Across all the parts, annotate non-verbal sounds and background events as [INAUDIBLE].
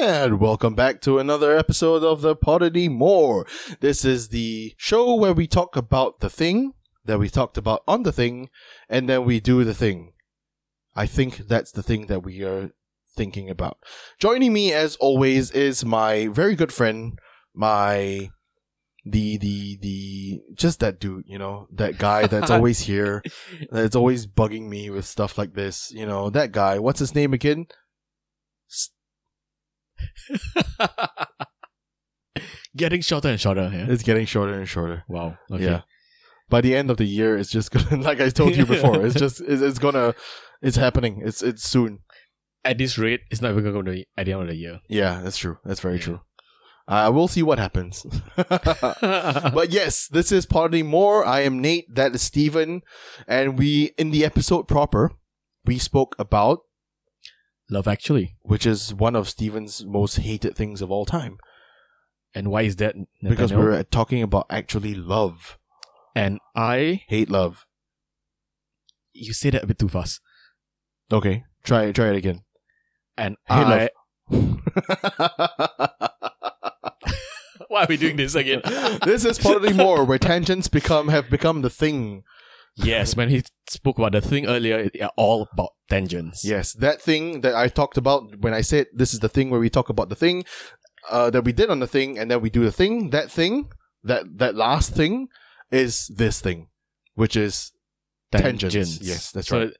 And welcome back to another episode of the Podity More. This is the show where we talk about the thing that we talked about on the thing, and then we do the thing. I think that's the thing that we are thinking about. Joining me as always is my very good friend, my the the the just that dude, you know, that guy that's always here, that's always bugging me with stuff like this, you know, that guy. What's his name again? [LAUGHS] Getting shorter and shorter. Yeah. It's getting shorter and shorter. Wow. Okay. Yeah. By the end of the year, it's just [LAUGHS] gonna, like I told you before. [LAUGHS] It's just it's, it's gonna, it's happening. It's it's soon. At this rate, it's not even going to be at the end of the year. Yeah, that's true. That's very Yeah. true. Uh, we'll see what happens. [LAUGHS] [LAUGHS] but yes, this is Party More. I am Nate. That is Steven. and we in the episode proper, we spoke about Love Actually. which is one of Steven's most hated things of all time And why is that? because Nathaniel? we were talking about actually love, and I. hate love. You say that a bit too fast. Okay, try try it again. [LAUGHS] And Hate I. [LAUGHS] love. Why are we doing [LAUGHS] this again? this is Polity More, where tangents become have become the thing. yes, when he spoke about the thing earlier, it- yeah, all about tangents. Yes, that thing that I talked about when I said this is the thing where we talk about the thing uh, that we did on the thing, and then we do the thing. That thing, that that last thing, is this thing, which is Tangents. Yes, that's So right.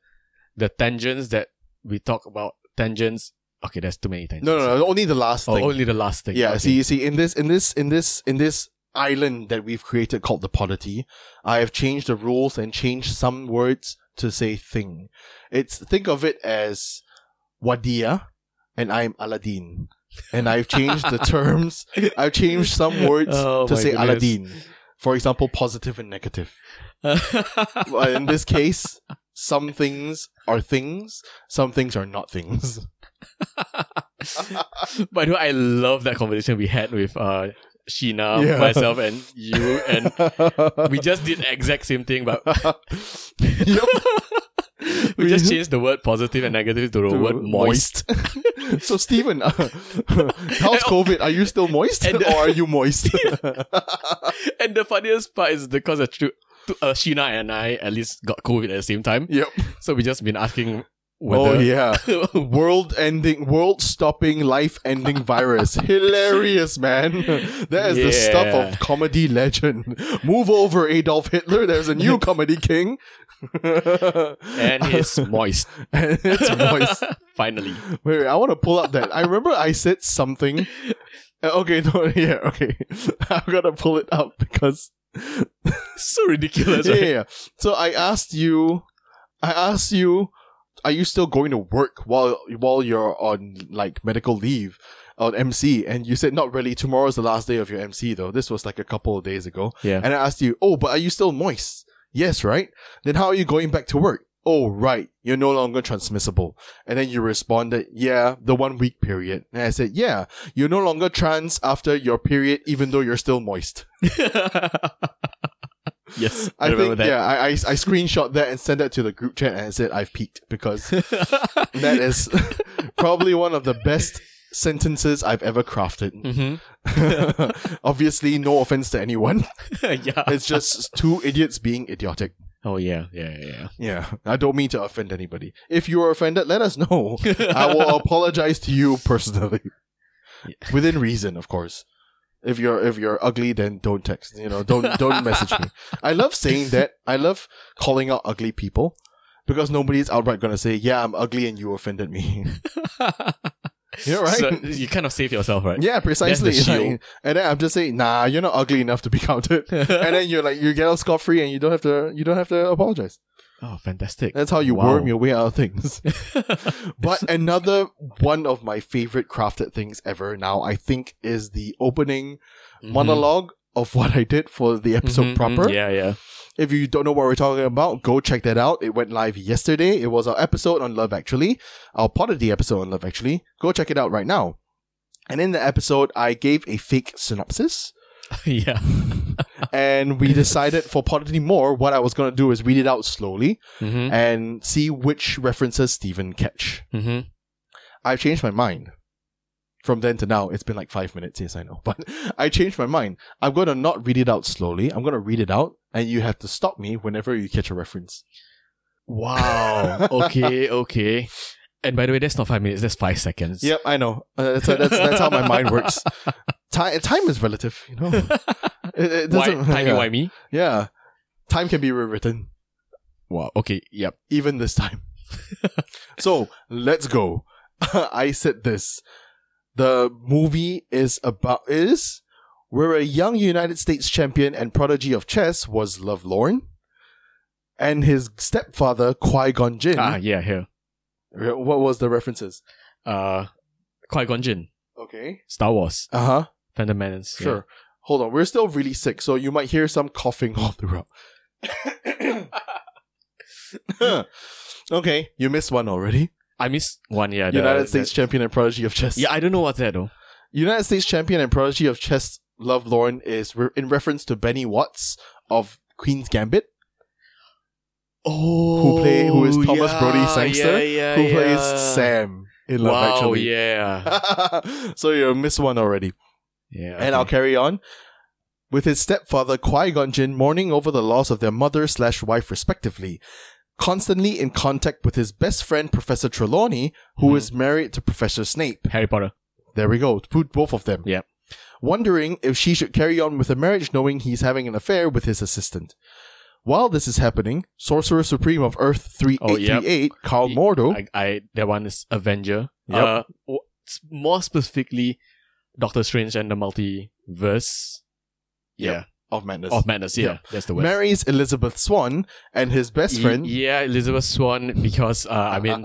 the tangents that we talk about, tangents. Okay, that's too many tangents. no, no, no, only the last Oh, thing. only the last thing. yeah, okay. see, see, in this, in this, in this, in this island that we've created called the polity, I have changed the rules and changed some words to say thing. It's think of it as Wadia, and I'm Aladdin, and I've changed [LAUGHS] the terms. I've changed some words Oh to my say goodness. Aladdin. For example, positive and negative. [LAUGHS] Well, in this case, some things are things, some things are not [LAUGHS] things. [LAUGHS] By the way, I love that conversation we had with uh, Sheena, Yeah. myself, and you, and we just did exact same thing, but Yup. we just changed the word positive and negative to the word moist. [LAUGHS] so, Stephen, [LAUGHS] uh, how's COVID? Are you still moist And- or are [LAUGHS] you moist? And the funniest part is because the tru- to, uh, Sheena and I at least got COVID at the same time, yep. so we just been asking Oh, whether. [LAUGHS] yeah. World ending, world stopping, life ending [LAUGHS] virus. Hilarious, man. That is the stuff Yeah. of comedy legend. Move over, Adolf Hitler. There's a new comedy king. [LAUGHS] and it's moist. And it's moist. [LAUGHS] Finally. Wait, wait, I want to pull up that. I remember I said something. Uh, Okay, [LAUGHS] no, yeah, okay. I'm gonna pull it up because So ridiculous, yeah, right? yeah, yeah. So I asked you, I asked you, are you still going to work while while you're on like medical leave on MC? And you said not really. Tomorrow's the last day of your MC though. This was like a couple of days ago. Yeah. And I asked you, oh, but are you still moist? Yes, right. Then how are you going back to work? Oh, right. You're no longer transmissible. And then you responded, yeah, the one week period. And I said, yeah, you're no longer trans after your period, even though you're still moist. [LAUGHS] yes, I I, remember think, yeah, I, I, I screenshot that and sent that to the group chat and I said, I've peaked [LAUGHS] because [LAUGHS] that. that is [LAUGHS] probably one of the best sentences I've ever crafted. [LAUGHS] hmm Obviously, no offense to anyone. [LAUGHS] yeah. It's just two idiots being idiotic. oh yeah, yeah, yeah. Yeah, I don't mean to offend anybody. If you are offended, let us know. yeah. I [LAUGHS] will apologize to you personally, within reason, of course. If you're if you're ugly, then don't text. You know, don't don't message [LAUGHS] me. I love saying that. I love calling out ugly people because nobody's outright gonna say, "Yeah, I'm ugly and you offended me." [LAUGHS] [LAUGHS] You know, [LAUGHS] right? So you kind of save yourself, [LAUGHS] right? yeah, precisely. That's the Like, shield. and then I'm just saying, "Nah, you're not ugly enough to be [LAUGHS] counted." and then you're like, you get off scot free, and you don't have to you don't have to apologize. oh, fantastic. [LAUGHS] That's how you Wow. worm your way out of things. but [LAUGHS] another one of my favorite crafted things ever now, I think, is the opening Mhm. monologue of what I did for the episode Mhm, mhm. proper. [LAUGHS] Yeah, yeah. If you don't know what we're talking about, go check that out. It went live yesterday. It was our episode on Love Actually, our Podity episode on Love Actually. Go check it out right now. And in the episode, I gave a fake [LAUGHS] synopsis, yeah. and we decided for Podity More, what I was going to do is read it out slowly Mm-hmm. and see which references Stephen catch. Mm-hmm. I've changed my mind. From then to now, it's been like five minutes. Yes, I know, [LAUGHS] but I changed my mind. I'm gonna not read it out slowly. I'm gonna read it out, and you have to stop me whenever you catch a reference. Wow. okay, okay. And by the way, that's not five minutes, that's five seconds. [LAUGHS] Yep, I know. Uh, that's, that's, that's how my mind [LAUGHS] works. Time, time is relative, [LAUGHS] you know. It, it Why, doesn't- timey yeah. wimey. [LAUGHS] Yeah. Time can be rewritten, Wow. Okay, yep. even this time. [LAUGHS] so let's go. [LAUGHS] I said this. The movie is about is where a young United States champion and prodigy of chess was Lovelorn, and his stepfather Qui Gon Jinn. Ah, yeah, here. Re- What was the references? Uh, Qui-Gon Jinn, Okay. Star Wars, Uh huh. Phantom Menace. yeah. Sure. Hold on. We're still really sick, so you might hear some coughing [LAUGHS] all [LAUGHS] throughout. okay, you missed one already. I missed one, yeah. the- United the- States champion and prodigy of chess. yeah, I don't know what's that though. United States champion and prodigy of chess, Love Lauren, is re- in reference to Benny Watts of Queen's Gambit, Oh. play- who is Thomas Brody Sangster, yeah, who plays Uh, yeah. Sam in Love wow, Actually. yeah. [LAUGHS] so you missed one already. yeah. And I'll okay. carry on. With his stepfather Qui Gon Jinn mourning over the loss of their mother slash wife respectively, constantly in contact with his best friend Professor Trelawney, who Mhm. is married to Professor Snape. Harry Potter. There we go, put both of them. Yep. Wondering if she should carry on with the marriage, knowing he's having an affair with his assistant. While this is happening, Sorcerer Supreme of Earth three Oh, eight yep. three eight, Carl Y- Mordo. I, I that one is Avenger. Yep. Uh, w- s- more specifically, Doctor Strange and the Multiverse. Yep. of Madness. Of Madness. Yeah, Yep. that's the word. marries Elizabeth Swan and his best Y- friend. yeah, Elizabeth Swan. Because uh, [LAUGHS] I mean,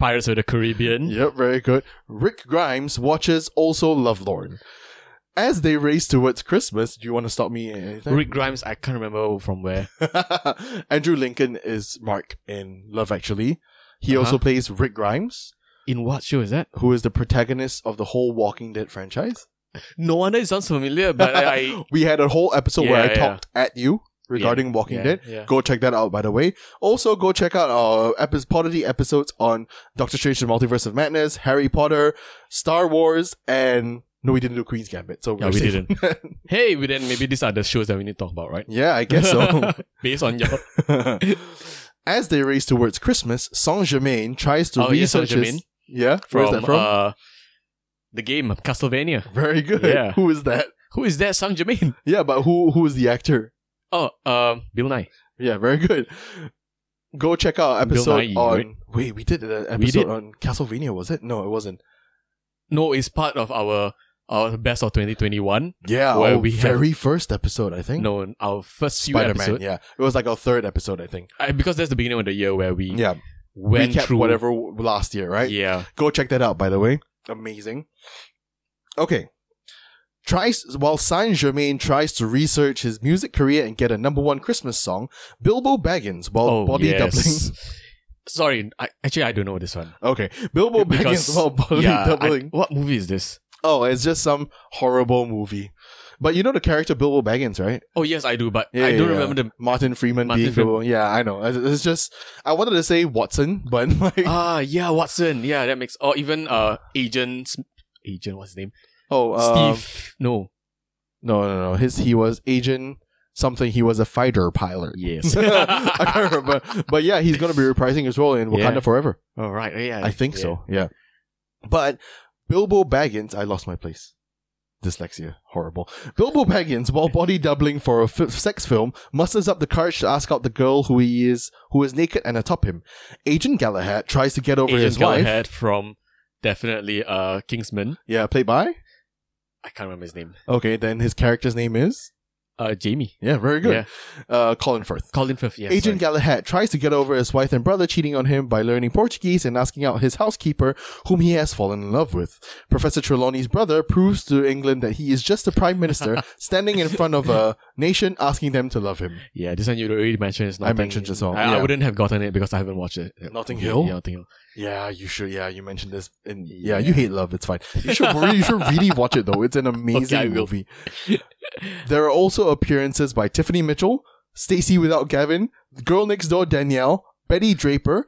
Pirates of the Caribbean. Yep, very good. Rick Grimes watches also Lovelorn. As they race towards Christmas, do you want to stop me? at anything? Rick Grimes. I can't remember from where. [LAUGHS] Andrew Lincoln is Mark in Love Actually. He Uh-huh. also plays Rick Grimes, In what show is that? who is the protagonist of the whole Walking Dead franchise. No wonder it sounds familiar, but I, [LAUGHS] I We had a whole episode where I Yeah, yeah. talked at you regarding Walking yeah, Dead. Yeah. Go check that out, by the way. Also, go check out our epi- Podity episodes on Doctor Strange and Multiverse of Madness, Harry Potter, Star Wars, and no, we didn't do Queen's Gambit. So Yeah, we're we safe. didn't. Hey, but then maybe these are the shows that we need to talk about, right? yeah, I guess so. [LAUGHS] [LAUGHS] Based on your As they race towards Christmas, Saint Germain tries to Oh, yeah, research his- Saint-Germain. Yeah, from, where's that from? Uh, the game Castlevania. Very good. [LAUGHS] yeah. Who is that? Who is that? Sang Jermaine. Yeah, but who who is the actor? [LAUGHS] Oh, um, Bill Nye. Yeah, very good. Go check out our Bill episode Nye, on. right? Wait, we did an We episode did. on Castlevania, was it? No, it wasn't. No, it's part of our our best of 2021. Yeah, Where our we have- very first episode, I think. No, our first few Spider Man. episodes. Yeah, it was like our third episode, I think. Uh, because that's the beginning of the year where we Yeah, went we kept through whatever w- last year, right? Yeah, Go check that out, by the way. Amazing. Okay. Tries while Saint Germain tries to research his music career and get a number one Christmas song, Bilbo Baggins, while oh, body yes. doubling. [LAUGHS] [LAUGHS] Sorry, I, actually, I don't know this one. Okay, Bilbo Because- Baggins while body yeah, I- doubling. what movie is this? oh, it's just some horrible movie. But you know the character Bilbo Baggins, right? Oh yes, I do, but Yeah, I don't yeah, yeah. [LAUGHS] remember the. Martin Freeman Martin being Freem- Bilbo. Yeah, I know. It's- It's just I wanted to say Watson, [LAUGHS] but like Ah, yeah, Watson. Yeah, that makes. Or even uh, Agent. Sm- Agent, what's his name? oh um, Steve. No. No, no, no. His he was agent something. He was a fighter pilot. [LAUGHS] Yes. I can't remember, but yeah, he's gonna be reprising his role in Wakanda Yeah. Forever. All Oh, right. Yeah. I think yeah. so. Yeah, but Bilbo Baggins, I lost my place. Dyslexia, horrible. Bilbo Baggins, while body doubling for a f- sex film, musters up the courage to ask out the girl who he is, who is naked and atop him. Agent Galahad tries to get over Agent his wife. Galahad from definitely uh Kingsman. Yeah, played by. I can't remember his name. Okay, then his character's name is. Uh, Jamie. Yeah, very good. Yeah. Uh, Colin Firth. Colin Firth. Yeah. Agent sorry. Galahad tries to get over his wife and brother cheating on him by learning Portuguese and asking out his housekeeper, whom he has fallen in love with. Professor Trelawney's brother proves to England that he is just a prime [LAUGHS] minister standing in front of a nation asking them to love him. yeah, this one you already mentioned. It's I Notting- mentioned just now, I, I yeah. wouldn't have gotten it because I haven't watched it. Notting Hill? Yeah, Notting Hill. Yeah, you should. Yeah, you mentioned this. And yeah, you hate love. It's fine. You should. Really, you should really watch it though. It's [LAUGHS] an amazing I will. movie. There are also appearances by Tiffany Mitchell, Stacy Without Gavin, Girl Next Door Danielle, Betty Draper,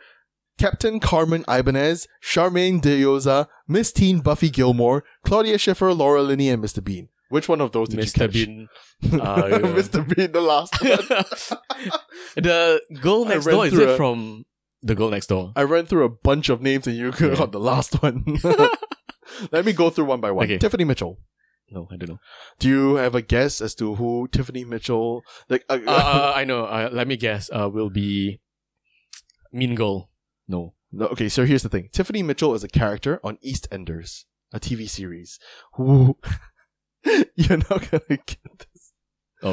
Captain Carmen Ibanez, Charmaine DeYoza, Miss Teen Buffy Gilmore, Claudia Schiffer, Laura Linney, and Mr. Bean. Which one of those did you Mr. catch? [LAUGHS] Bean. Uh, yeah. Mr. Bean, the last one. the girl I next ran door is through it a- from the girl next door? I ran through a bunch of names and you got Yeah. the last [LAUGHS] one. [LAUGHS] Let me go through one by one. Okay. Tiffany Mitchell. No, I [LAUGHS] don't know. Do you have a guess as to who Tiffany Mitchell? Like, uh, Uh, uh, I know. Uh, let me guess. Uh, will be Mean Girl. No. No, okay, so here's the thing. Tiffany Mitchell is a character on EastEnders, a TV series. Who [LAUGHS] you're not gonna get. Oh,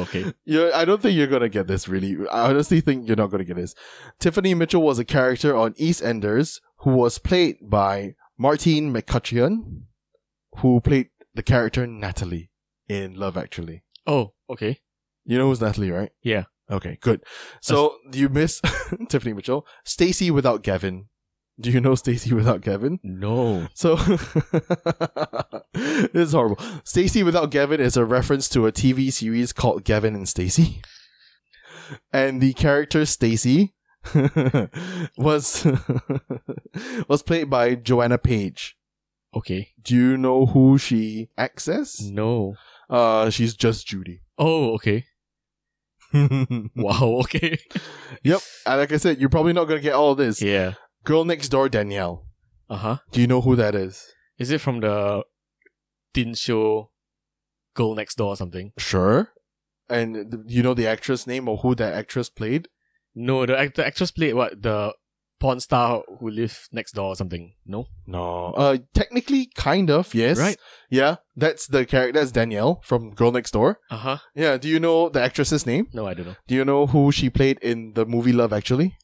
[LAUGHS] Okay. You, I don't think you're gonna get this. Really, I honestly think you're not gonna get this. Tiffany Mitchell was a character on EastEnders who was played by Martine McCutcheon, who played the character Natalie in Love Actually. Oh, okay. You know who's Natalie, right? Yeah. Okay, good. So you miss [LAUGHS] Tiffany Mitchell, Stacy without Gavin. Do you know Stacy without Gavin? No. So [LAUGHS] this is horrible. Stacy without Gavin is a reference to a TV series called Gavin and Stacy, and the character Stacy [LAUGHS] was [LAUGHS] was played by Joanna Page. Okay. Do you know who she acts as? No. Uh, she's just Judy. [LAUGHS] Oh, okay. yep. Wow. [LAUGHS] Okay. and Like I said, you're probably not gonna get all this. yeah. Girl next door, Danielle. Uh huh. Do you know who that is? Is it from the Tin Show Girl Next Door or something? Sure. And th- you know the actress name or who that actress played? No, the, act- the actress played what? The porn star who lived next door or something? No? No. Uh, technically, kind of, yes. Right? Yeah, that's the character. That's Danielle from Girl Next Door. Uh huh. Yeah. Do you know the actress's name? No, I don't know. Do you know who she played in the movie Love Actually?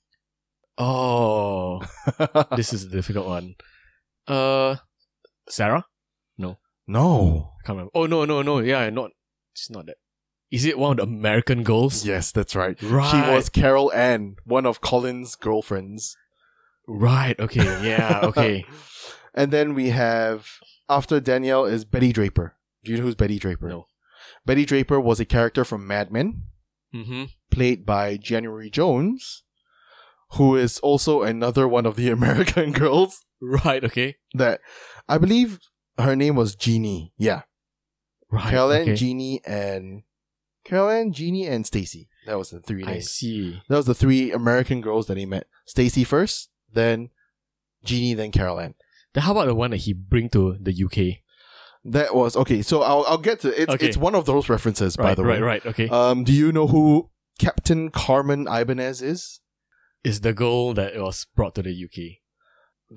[LAUGHS] [LAUGHS] Oh, this is a difficult one. Uh, Sarah? no. I can't remember. Oh, no, no, no. Yeah, not. It's not that. Is it one of the American girls? Yes, that's right. Right. She was Carol Ann, one of Colin's girlfriends. Right. Okay. Yeah. [LAUGHS] Okay. And then we have after Danielle is Betty Draper. Do you know who's Betty Draper? No. Betty Draper was a character from Mad Men. mm-hmm. played by January Jones, who is also another one of the [LAUGHS] American girls Right. Okay. that I believe her name was Jeannie. Yeah. Right. Carol Ann, okay. Jeannie, and Carol Ann, Jeannie, and Stacy. That was the three I names. see. That was the three American girls that he met. Stacy first, then Jeannie, then Carol Ann. Then how about the one that he bring to the UK? That was okay, so I'll I'll get to it's Okay. it's one of those references, by right. the right. way. Right. Okay. Um do you know who Captain Carmen Ibanez is? is the girl that was brought to the UK.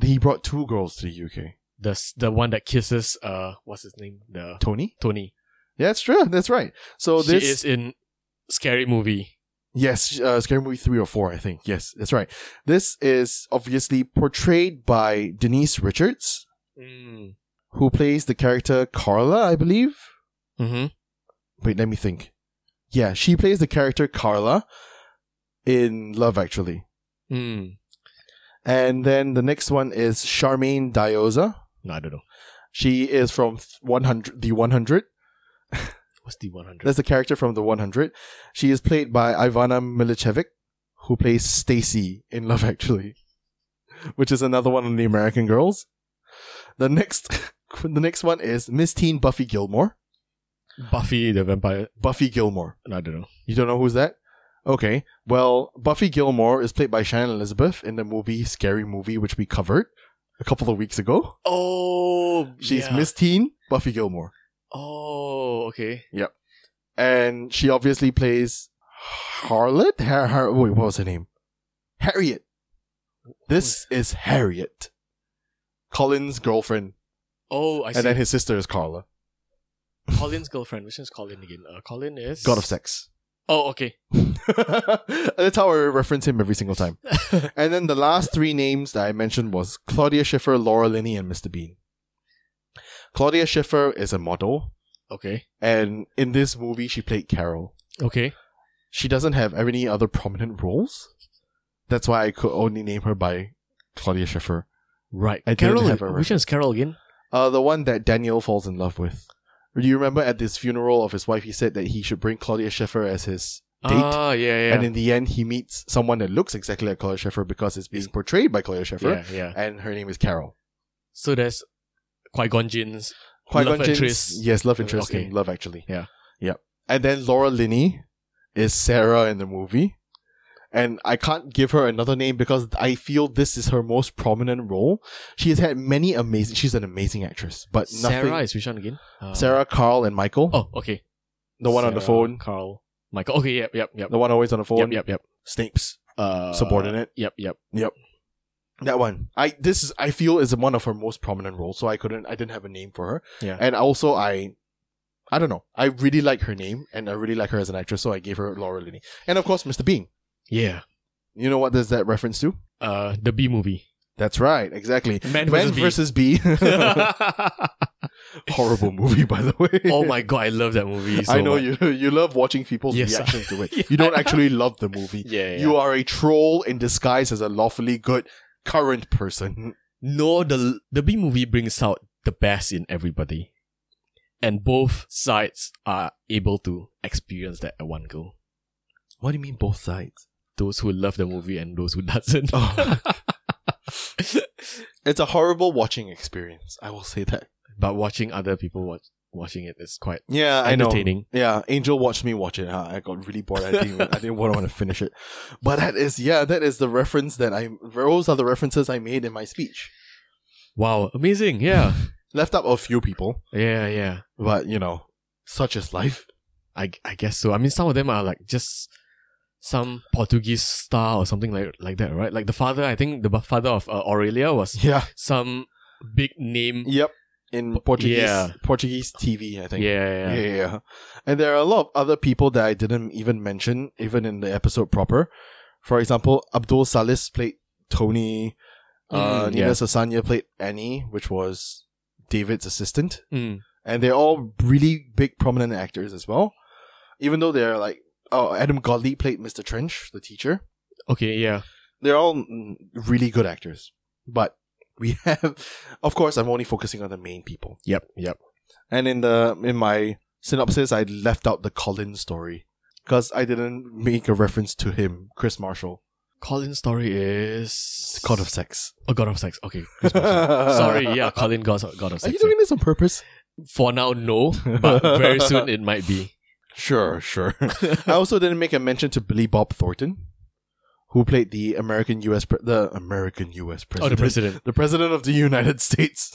He brought two girls to the UK. The s- the one that kisses uh what's his name? The Tony? Tony. Yeah, that's true. That's right. So she this is in scary movie. yes, uh, Scary Movie three or four, I think. Yes, that's right. This is obviously portrayed by Denise Richards, Mm. who plays the character Carla, I believe. hmm Wait, let me think. Yeah, she plays the character Carla in Love Actually, Mm. and then the next one is Charmaine Dioza. No, I don't know. She is from one hundred, the one hundred. What's the one hundred? That's the character from the 100. She is played by Ivana Milicevic, who plays Stacy in Love Actually, [LAUGHS] which is another one of the American girls. The next, [LAUGHS] the next one is Miss Teen Buffy Gilmore. Buffy the Vampire. Buffy Gilmore. No, I don't know. You don't know who's that? Okay. Well, Buffy Gilmore is played by Shannon Elizabeth in the movie Scary Movie, which we covered a couple of weeks ago. Oh, She's Miss Teen Buffy Gilmore, Oh, okay. and she obviously plays Harlot. Har- Har- wait, what was her name? Harriet. This is Harriet, Colin's girlfriend, Oh, I see. and then his sister is Carla, Colin's girlfriend. Which one's Colin again? Uh, Colin is god of sex. [LAUGHS] Oh, okay. That's how I reference him every single [LAUGHS] time. and then the last three names that I mentioned was Claudia Schiffer, Laura Linney, and Mr. Bean. Claudia Schiffer is a model, Okay. and in this movie, she played Carol. Okay. she doesn't have any other prominent roles. That's why I could only name her by Claudia Schiffer. Right. I didn't Carol. have a Which one's Carol again? Uh, the one that Daniel falls in love with. Do you remember at this funeral of his wife, he said that he should bring Claudia Schiffer as his date. Ah, yeah, yeah. And in the end, he meets someone that looks exactly like Claudia Schiffer because it's being portrayed by Claudia Schiffer, yeah, yeah. and her name is Carol. So there's Qui Gon Jinn's. Qui-Gon Love Jinn's- interest. Yes, love interest Okay. in Love Actually. Yeah. Yep. And then Laura Linney is Sarah in the movie. And I can't give her another name because I feel this is her most prominent role. She has had many amazing. She's an amazing actress, but nothing. Sarah is which one again? Uh, Sarah, Carl, and Michael. Oh, okay. the one on the Sarah, phone. Carl. Michael. Okay, yep, yep, yep. The one always on the phone. Yep, yep, yep. Snape's Uh, subordinate. Yep, yep. That one. I this is I feel is one of her most prominent roles, so I couldn't I didn't have a name for her. Yeah. And also I I don't know. I really like her name and I really like her as an actress, so I gave her Laura Linney. And of course Mr. Bean. Yeah. You know what does that reference to? Uh, the B movie. That's right, exactly. Man Man versus, B. versus B. [LAUGHS] Horrible movie, by the way. [LAUGHS] oh my god, I love that movie. So I know much. you you love watching people's Yes. reaction to it. [LAUGHS] Yeah. You don't actually love the movie. Yeah, yeah. You are a troll in disguise as a lawfully good current person. no, the the B movie brings out the best in everybody, and both sides are able to experience that at one go. What do you mean both sides? Those who love the movie and those who [LAUGHS] doesn't. Oh. It's a horrible watching experience. I will say that. but watching other people watch watching it is quite Yeah, I know. entertaining. Yeah, Angel watched me watch it. Huh? I got really bored. I didn't. I didn't want to finish it. But that is yeah, that is the reference that I. Those are the references I made in my speech. Wow, amazing! Yeah, Left up a few people, yeah, yeah. but you know, such is life. I, I guess so. I mean, some of them are like just some Portuguese star or something like like that, right? Like the father, I think the father of uh, Aurelia was Yeah. some big name. Yep. In Portuguese, Yeah. Portuguese TV, I think. Yeah, yeah, Yeah, yeah, yeah. And there are a lot of other people that I didn't even mention, even in the episode proper. For example, Abdul Salis played Tony. uh, Mm, Nina yeah. Sasanya played Annie, which was David's assistant. Mm. And they're all really big, prominent actors as well. Even though they're like, oh, Adam Godley played Mr. Trench, the teacher. Okay, yeah, They're all mm, really good actors. But we [LAUGHS] have, of course, I'm only focusing on the main people. yep, yep. And in the in my synopsis, I left out the Colin story because I didn't make a reference to him, Chris Marshall, Colin's story is God of Sex. oh, God of Sex. Okay, [LAUGHS] Chris Marshall. Sorry, [LAUGHS] sorry, yeah, Colin God of, God of Are Sex. you doing this on purpose? yeah. For now, no, [LAUGHS] but very soon it might be. Sure, sure. I also didn't make a mention to Billy Bob Thornton, who played the American U.S. Pre- the American U.S. Oh, president. the president. The president of the United [LAUGHS] States,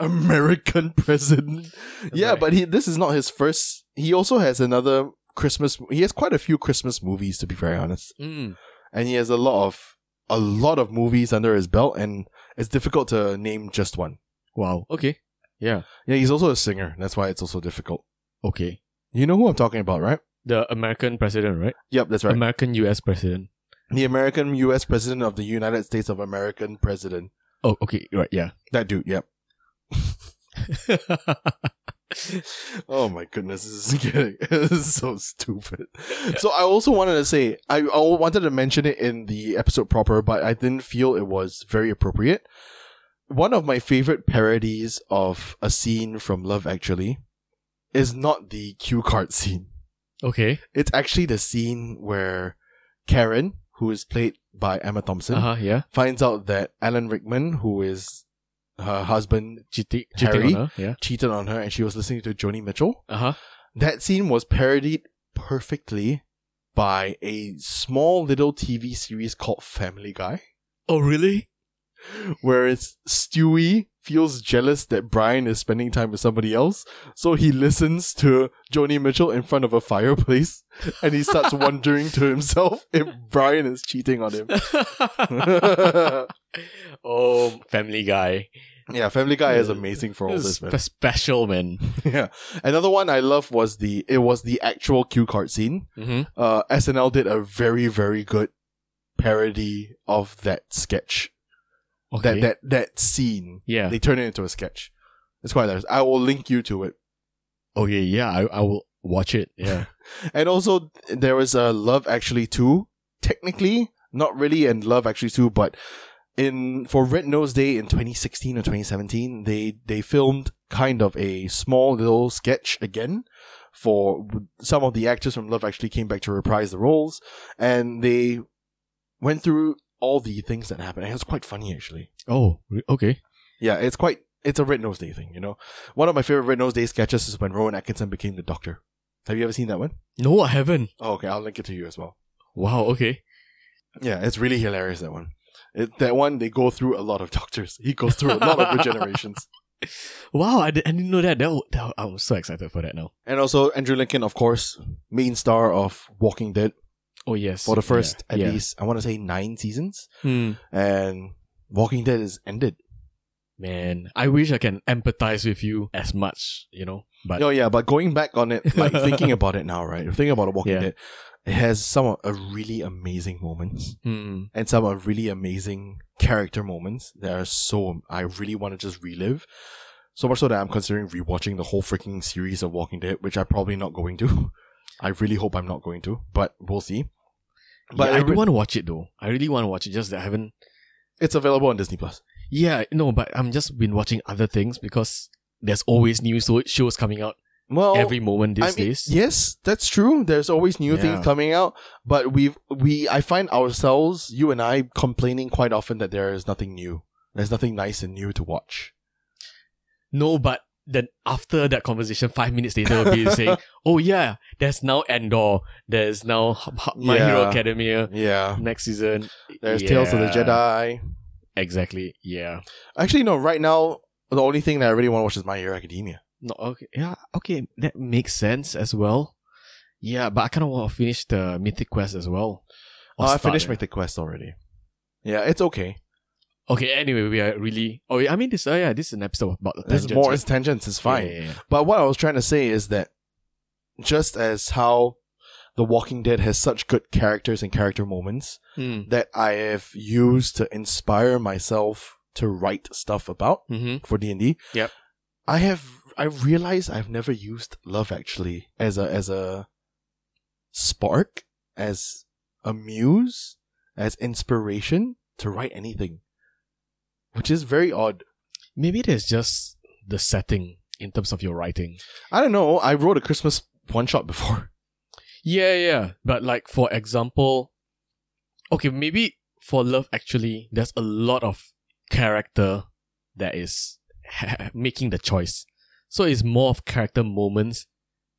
American president. Yeah, Right. but he this is not his first. He also has another Christmas. He has quite a few Christmas movies, to be very honest. Mm. and he has a lot of a lot of movies under his belt, and it's difficult to name just one. Wow. Okay. Yeah. Yeah, he's also a singer. That's why it's also difficult. Okay. You know who I'm talking about, right? The American president, right? Yep, that's right. American U.S. president. the American U.S. President of the United States of American President. Oh, okay. Right. Yeah. That dude. Yep. Oh my goodness, this is [LAUGHS] getting this is so stupid. So I also wanted to say I, I wanted to mention it in the episode proper, but I didn't feel it was very appropriate. One of my favorite parodies of a scene from Love Actually is not the cue card [LAUGHS] scene. [LAUGHS] okay. It's actually the scene where Karen, who is played by Emma Thompson, Uh huh. Yeah. finds out that Alan Rickman, who is her husband, GT, Harry? GT on her. Yeah. cheated on her, and she was listening to Joni Mitchell. Uh huh. that scene was parodied perfectly by a small little TV series called Family Guy, [LAUGHS] Oh really? where it's Stewie feels jealous that Brian is spending time with somebody else, so he listens to Joni Mitchell in front of a fireplace, and he starts wondering to himself if Brian is cheating on him. [LAUGHS] oh, Family Guy. yeah, Family Guy is amazing for all This this, is man. spe- special man. [LAUGHS] yeah, another one I love was the it was the actual cue card scene Mm-hmm. uh, SNL did a very very good parody of that sketch that Okay. that that scene. yeah. They turned it into a sketch. It's quite nice. I will link you to it. okay. Yeah. I, I will watch it. [LAUGHS] Yeah. And also there was a Love Actually two. Technically, not really in Love Actually two, but in for Red Nose Day in 2016 or 2017, they they filmed kind of a small little sketch again for some of the actors from Love actually came back to reprise the roles, and they went through all the things that happened. And it was quite funny actually. Oh, re- okay. Yeah, it's quite it's a Red Nose Day thing, you know. One of my favorite Red Nose Day sketches is when Rowan Atkinson became the Doctor. Have you ever seen that one? No, I haven't. Oh, okay, I'll link it to you as well. Wow. Okay. Yeah, it's really hilarious that one. It, that one they go through a lot of [LAUGHS] doctors. He goes through a lot [LAUGHS] of regenerations. Wow. I, di- I didn't know that. That, w- that- I'm so excited for that now. And also Andrew Lincoln, of course, main star of Walking Dead Oh yes. for the first Yeah, at yeah. least I want to say nine seasons. Hmm. And Walking Dead is ended. Man, I wish I can empathize with you as much. You know, but no, yeah, but going back on it, like [LAUGHS] thinking about it now, right? Thinking about The Walking Yeah. Dead, it has some of- a really amazing moments Hmm. and some of really amazing character moments that are so I really want to just relive. So much so that I'm considering rewatching the whole freaking series of Walking Dead, which I'm probably not going to. [LAUGHS] I really hope I'm not going to, but we'll see. But But I it do re- want to watch it though. I really want to watch it. Just that I haven't It's available on Disney Plus. Yeah, no, but I'm just been watching other things because there's always new so- shows coming out Well, every moment these I mean, days. Yes, that's true. There's always new Yeah. things coming out, but we've we I find ourselves, you and I, complaining quite often that there is nothing new. There's nothing nice and new to watch. No, but then after that conversation, five minutes later, [LAUGHS] will be saying, "Oh yeah, there's now Endor. There's now H- H- My Hero Yeah. Academia Yeah, next season. there's Tales of the Yeah. Jedi. Exactly. Yeah. Actually, no. Right now, the only thing that I really want to watch is My Hero Academia. No. Okay. Yeah. Okay. That makes sense as well. Yeah, but I kind of want to finish the Mythic Quest as well. Oh, Or I start finished it. Mythic Quest already. Yeah, it's okay. Okay. Anyway, we are really. Oh, yeah, I mean this. Oh yeah, this is an episode about the There's tangents, more. right? It's tangents. It's fine. Yeah, yeah, yeah. But what I was trying to say is that just as how The Walking Dead has such good characters and character moments, Hmm. that I have used to inspire myself to write stuff about Mm-hmm. for D and D. Yep. I have. I realize I've never used love actually as a as a spark, as a muse, as inspiration to write anything, which is very odd. Maybe it is just the setting in terms of your writing. I don't know. I wrote a Christmas one shot before. [LAUGHS] Yeah, yeah. But like for example, okay, maybe for love actually, there's a lot of character that is making the choice. So it's more of character moments,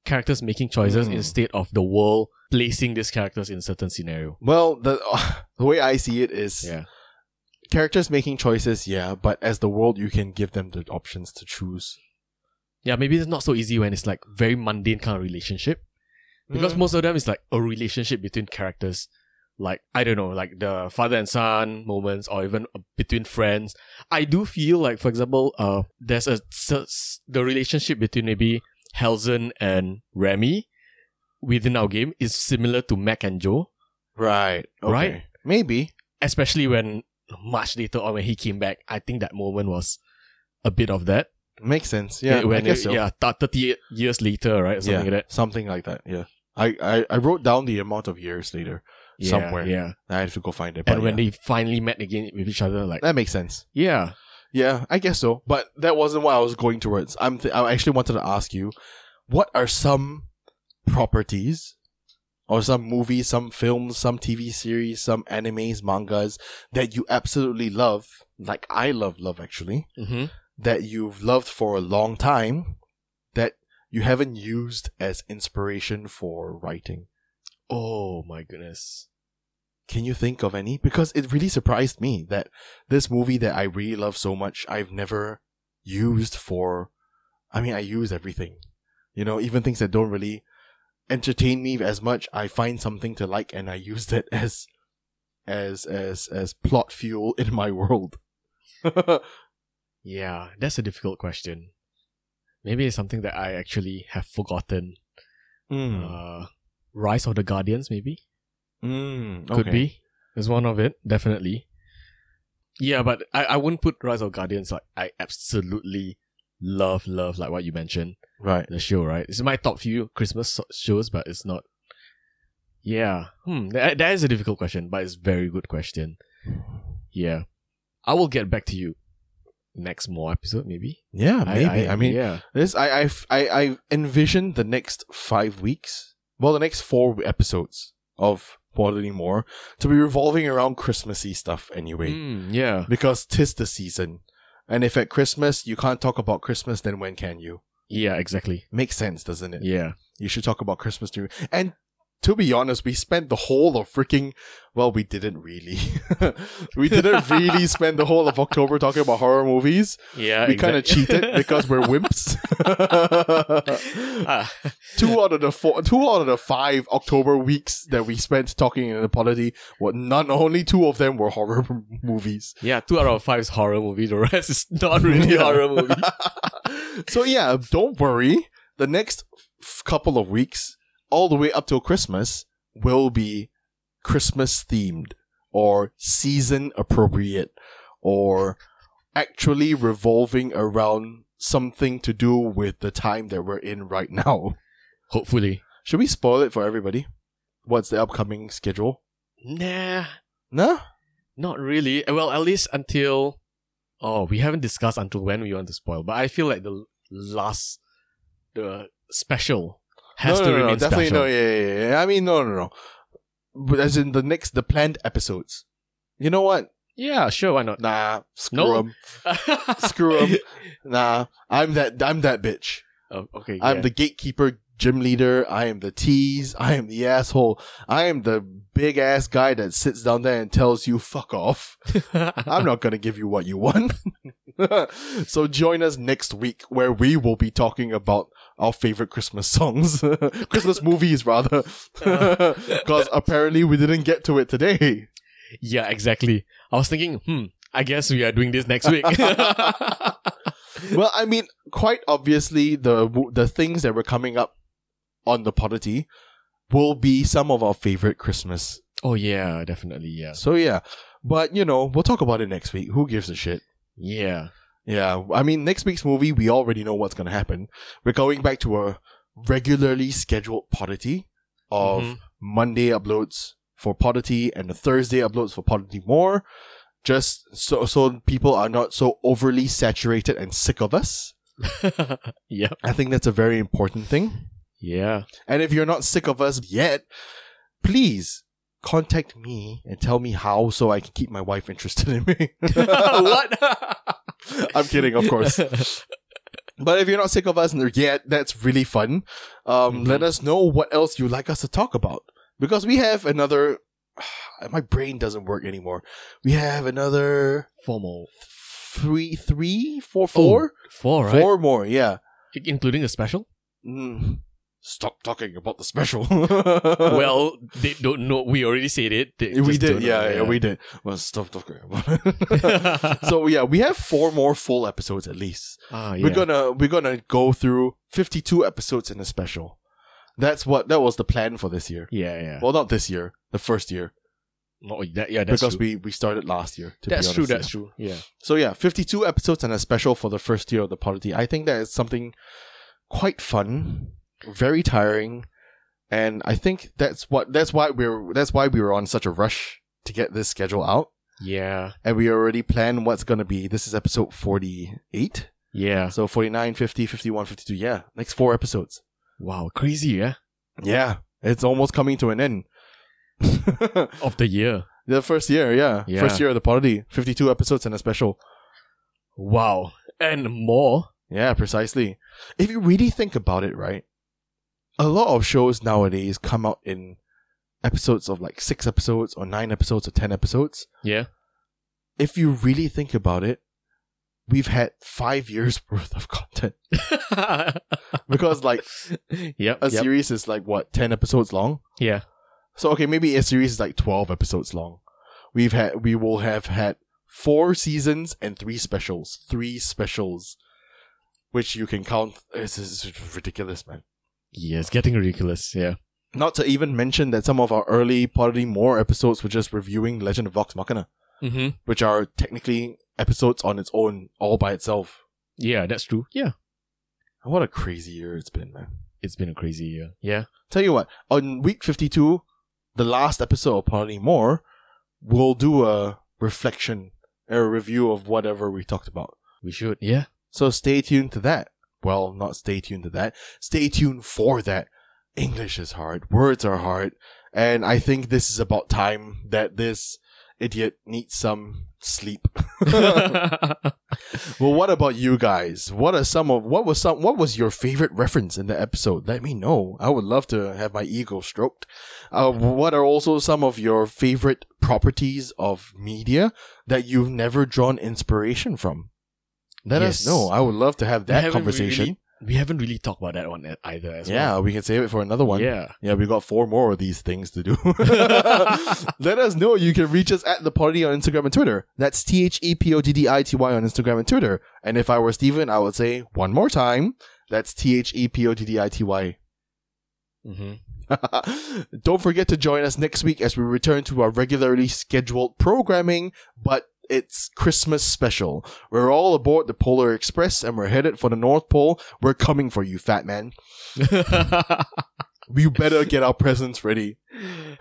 characters making choices Mm. instead of the world placing these characters in certain scenario. Well, the [LAUGHS] the way I see it is Yeah. characters making choices, yeah, but as the world, you can give them the options to choose. Yeah, maybe it's not so easy when it's like very mundane kind of relationship. Mm. because most of them is like a relationship between characters like i don't know like the father and son moments or even uh, between friends i do feel like for example uh there's a s- the relationship between maybe helzen and remy within our game is similar to mac and joe Right. Right? Maybe. especially when much later on when he came back i think that moment was a bit of that Makes sense. Yeah. when I guess it- so. yeah th- 38 years later right something Yeah, like that Something like that. Yeah. I, I, I wrote down the amount of years later. Yeah, Somewhere. yeah I have to go find it. and but when yeah. they finally met again with each other like that makes sense. yeah Yeah, I guess so. But that wasn't what I was going towards. I'm th- I actually wanted to ask you, what are some properties or some movies, some films, some TV series, some animes, mangas that you absolutely love, like I love love actually, Mm-hmm. that you've loved for a long time that you haven't used as inspiration for writing. Oh my goodness. Can you think of any? Because it really surprised me that this movie that I really love so much, I've never used for. I mean, I use everything. You know, even things that don't really entertain me as much, I find something to like and I [LAUGHS] use that as, as, as, as plot fuel in my world. [LAUGHS] Yeah, that's a difficult question. Maybe it's something that I actually have forgotten. Mm. Uh, Rise of the Guardians, maybe Mm, could okay. be. Is one of it definitely. Yeah, but I, I wouldn't put Rise of Guardians like I absolutely love love like what you mentioned Right. the show right. It's my top few Christmas so- shows, but it's not. Yeah, hmm, that, that is a difficult question, but it's very good question. Yeah, I will get back to you next more episode, maybe. Yeah, I- Uh, maybe. I, I, mean, yeah, this I, I f- I- I envision the next five weeks, well, the next four episodes of Bodily More to be revolving around Christmassy stuff anyway, Mm, yeah, because tis the season, and if at Christmas you can't talk about Christmas, then when can you? yeah, exactly. Makes sense, doesn't it? Yeah, You should talk about Christmas too. And to be honest, we spent the whole of freaking well, we didn't really, [LAUGHS] we didn't really spend the whole of October talking about horror movies. yeah. we kind of cheated because we're wimps. [LAUGHS] Ah, two out of the four, two out of the five October weeks that we spent talking in the polity, were not only two of them were horror [LAUGHS] movies. yeah, two out of five is horror movie. The rest is [LAUGHS] not really Yeah. horror movie. so yeah, don't worry. The next f- couple of weeks, all the way up till Christmas, will be Christmas themed or season appropriate or actually revolving around something to do with the time that we're in right [LAUGHS] now. Hopefully, Should we spoil it for everybody? What's the upcoming schedule? nah, Nah? not really. Well, at least until oh, we haven't discussed until when we want to spoil. But I feel like the last the special has no, no, to no, remain no, definitely special. no. Yeah, yeah, yeah. I mean, no, no, no. But as in the next, the planned episodes. You know what? Yeah, sure, why not? Nah, screw No. 'em. [LAUGHS] Screw 'em. Nah, I'm that. I'm that bitch. [LAUGHS] Oh, okay, I'm yeah. the gatekeeper, gym leader. I am the tease. I am the asshole. I am the big ass guy that sits down there and tells you fuck off. [LAUGHS] I'm not gonna give you what you want. [LAUGHS] so join us next week where we will be talking about our favorite Christmas songs, [LAUGHS] Christmas movies rather, [LAUGHS] because apparently we didn't get to it today. yeah, exactly. I was thinking, hmm, I guess we are doing this [LAUGHS] next week. [LAUGHS] well, I mean, quite obviously, the the things that were coming up on the polity will be some of our favorite Christmas. oh yeah, definitely, yeah. So yeah, but you know, we'll talk about it next week. Who gives a shit? Yeah. Yeah, I mean, next week's movie, we already know what's going to happen. We're going back to a regularly scheduled podity of Mhm. Monday uploads for podity and the Thursday uploads for podity more. Just so so people are not so overly saturated and sick of us. [LAUGHS] yep. I think that's a very important thing. [LAUGHS] Yeah. And if you're not sick of us yet, please contact me and tell me how so I can keep my wife interested in me. [LAUGHS] [LAUGHS] what? I'm kidding, of course. But if you're not sick of us yet, that's really fun. Um, Mhm. Let us know what else you'd like us to talk about because we have another. [SIGHS] My brain doesn't work anymore. We have another [LAUGHS] Formal. three, three, four, four, Four, Oh, right? four more. Yeah. I- Including a special? Mm. Stop talking about the special. [LAUGHS] well, they don't know. We already said it. They we just did. don't know. Yeah, yeah, [LAUGHS] we did. Well, stop talking about it. [LAUGHS] so yeah, we have four more full episodes at least. ah, yeah. We're gonna we're gonna go through fifty two episodes in a special. That's what that was the plan for this year. yeah, yeah. Well, not this year, the first year, Oh, that- yeah, that's because true. we we started last year. To that's be true. honest, That's yeah. true. Yeah. So yeah, fifty two episodes and a special for the first year of the polity. I think that is something quite fun, very tiring, and I think that's what that's why we're that's why we were on such a rush to get this schedule out, Yeah. and we already planned what's gonna be. This is episode forty eight. Yeah. So 49, 50, 51, 52. Yeah, next four episodes. Wow. Crazy, yeah. Yeah, it's almost coming to an [LAUGHS] end. Of the year. the first year, yeah. Yeah. First year of the party. 52 episodes and a special. Wow. And more. Yeah, precisely. If you really think about it, right? A lot of shows nowadays come out in episodes of like six episodes or nine episodes or 10 episodes. [LAUGHS] Yeah. If you really think about it, we've had five years [LAUGHS] worth of content because like yep. a yep. series is like what, 10 episodes long? Yeah. So okay, maybe a series is like twelve episodes long. We've had we will have had four seasons and three specials. Three specials. Which you can count this is ridiculous, man. Yeah, it's getting ridiculous. Yeah. Not to even mention that some of our early Pottery More episodes were just reviewing Legend of Vox Machina, Mm-hmm. which are technically episodes on its own, all by itself. Yeah, that's true. Yeah. What a crazy year it's been, man. It's been a crazy year. Yeah. Tell you what, on week 52, the last episode of Party More, we'll do a reflection, a review of whatever we talked about. We should, [LAUGHS] yeah. [LAUGHS] So stay tuned to that. Well, not stay tuned to that. Stay tuned for that. English is hard. Words are hard. And I think this is about time that this idiot needs some sleep. well, what about you guys? What are some of what was some what was your favorite reference in the episode? Let me know. I would love to have my ego stroked. Uh, what are also some of your favorite properties of media that you've never drawn inspiration from? Let us Yes. know. I would love to have We that haven't conversation. really- we haven't really talked about that one e- either. As yeah, we can save it for another well. one. yeah. Yeah, we got four more of these things to do. [LAUGHS] Let us know. You can reach us at the Poddy on Instagram and Twitter. That's T H E P O D D I T Y on Instagram and Twitter. And if I were Steven, I would say one more time. That's T H E P O D D I T Y. [LAUGHS] Mm-hmm. Don't forget to join us next week as we return to our regularly scheduled programming, but it's Christmas special. We're all aboard the Polar Express and we're headed for the North Pole. We're coming for you, fat man. Mm-hmm. [LAUGHS] [LAUGHS] We better get our presents ready.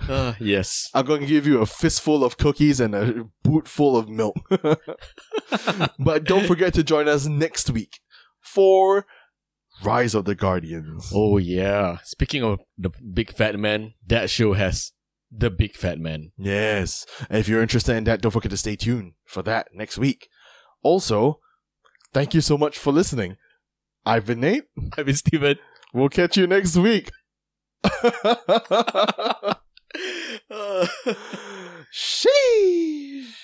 uh, yes. I'm going to give you a fistful of cookies and a boot full of [LAUGHS] milk. but don't forget to join us next week for Rise of the Guardians. Oh yeah. Speaking of the big fat man, that show has the big fat man. Yes. And if you're interested in that, don't forget to stay tuned for that next week. Also, thank you so much for listening. I've been Nate. I mean, Steven. We'll catch you next [LAUGHS] week. Uh, Sheesh.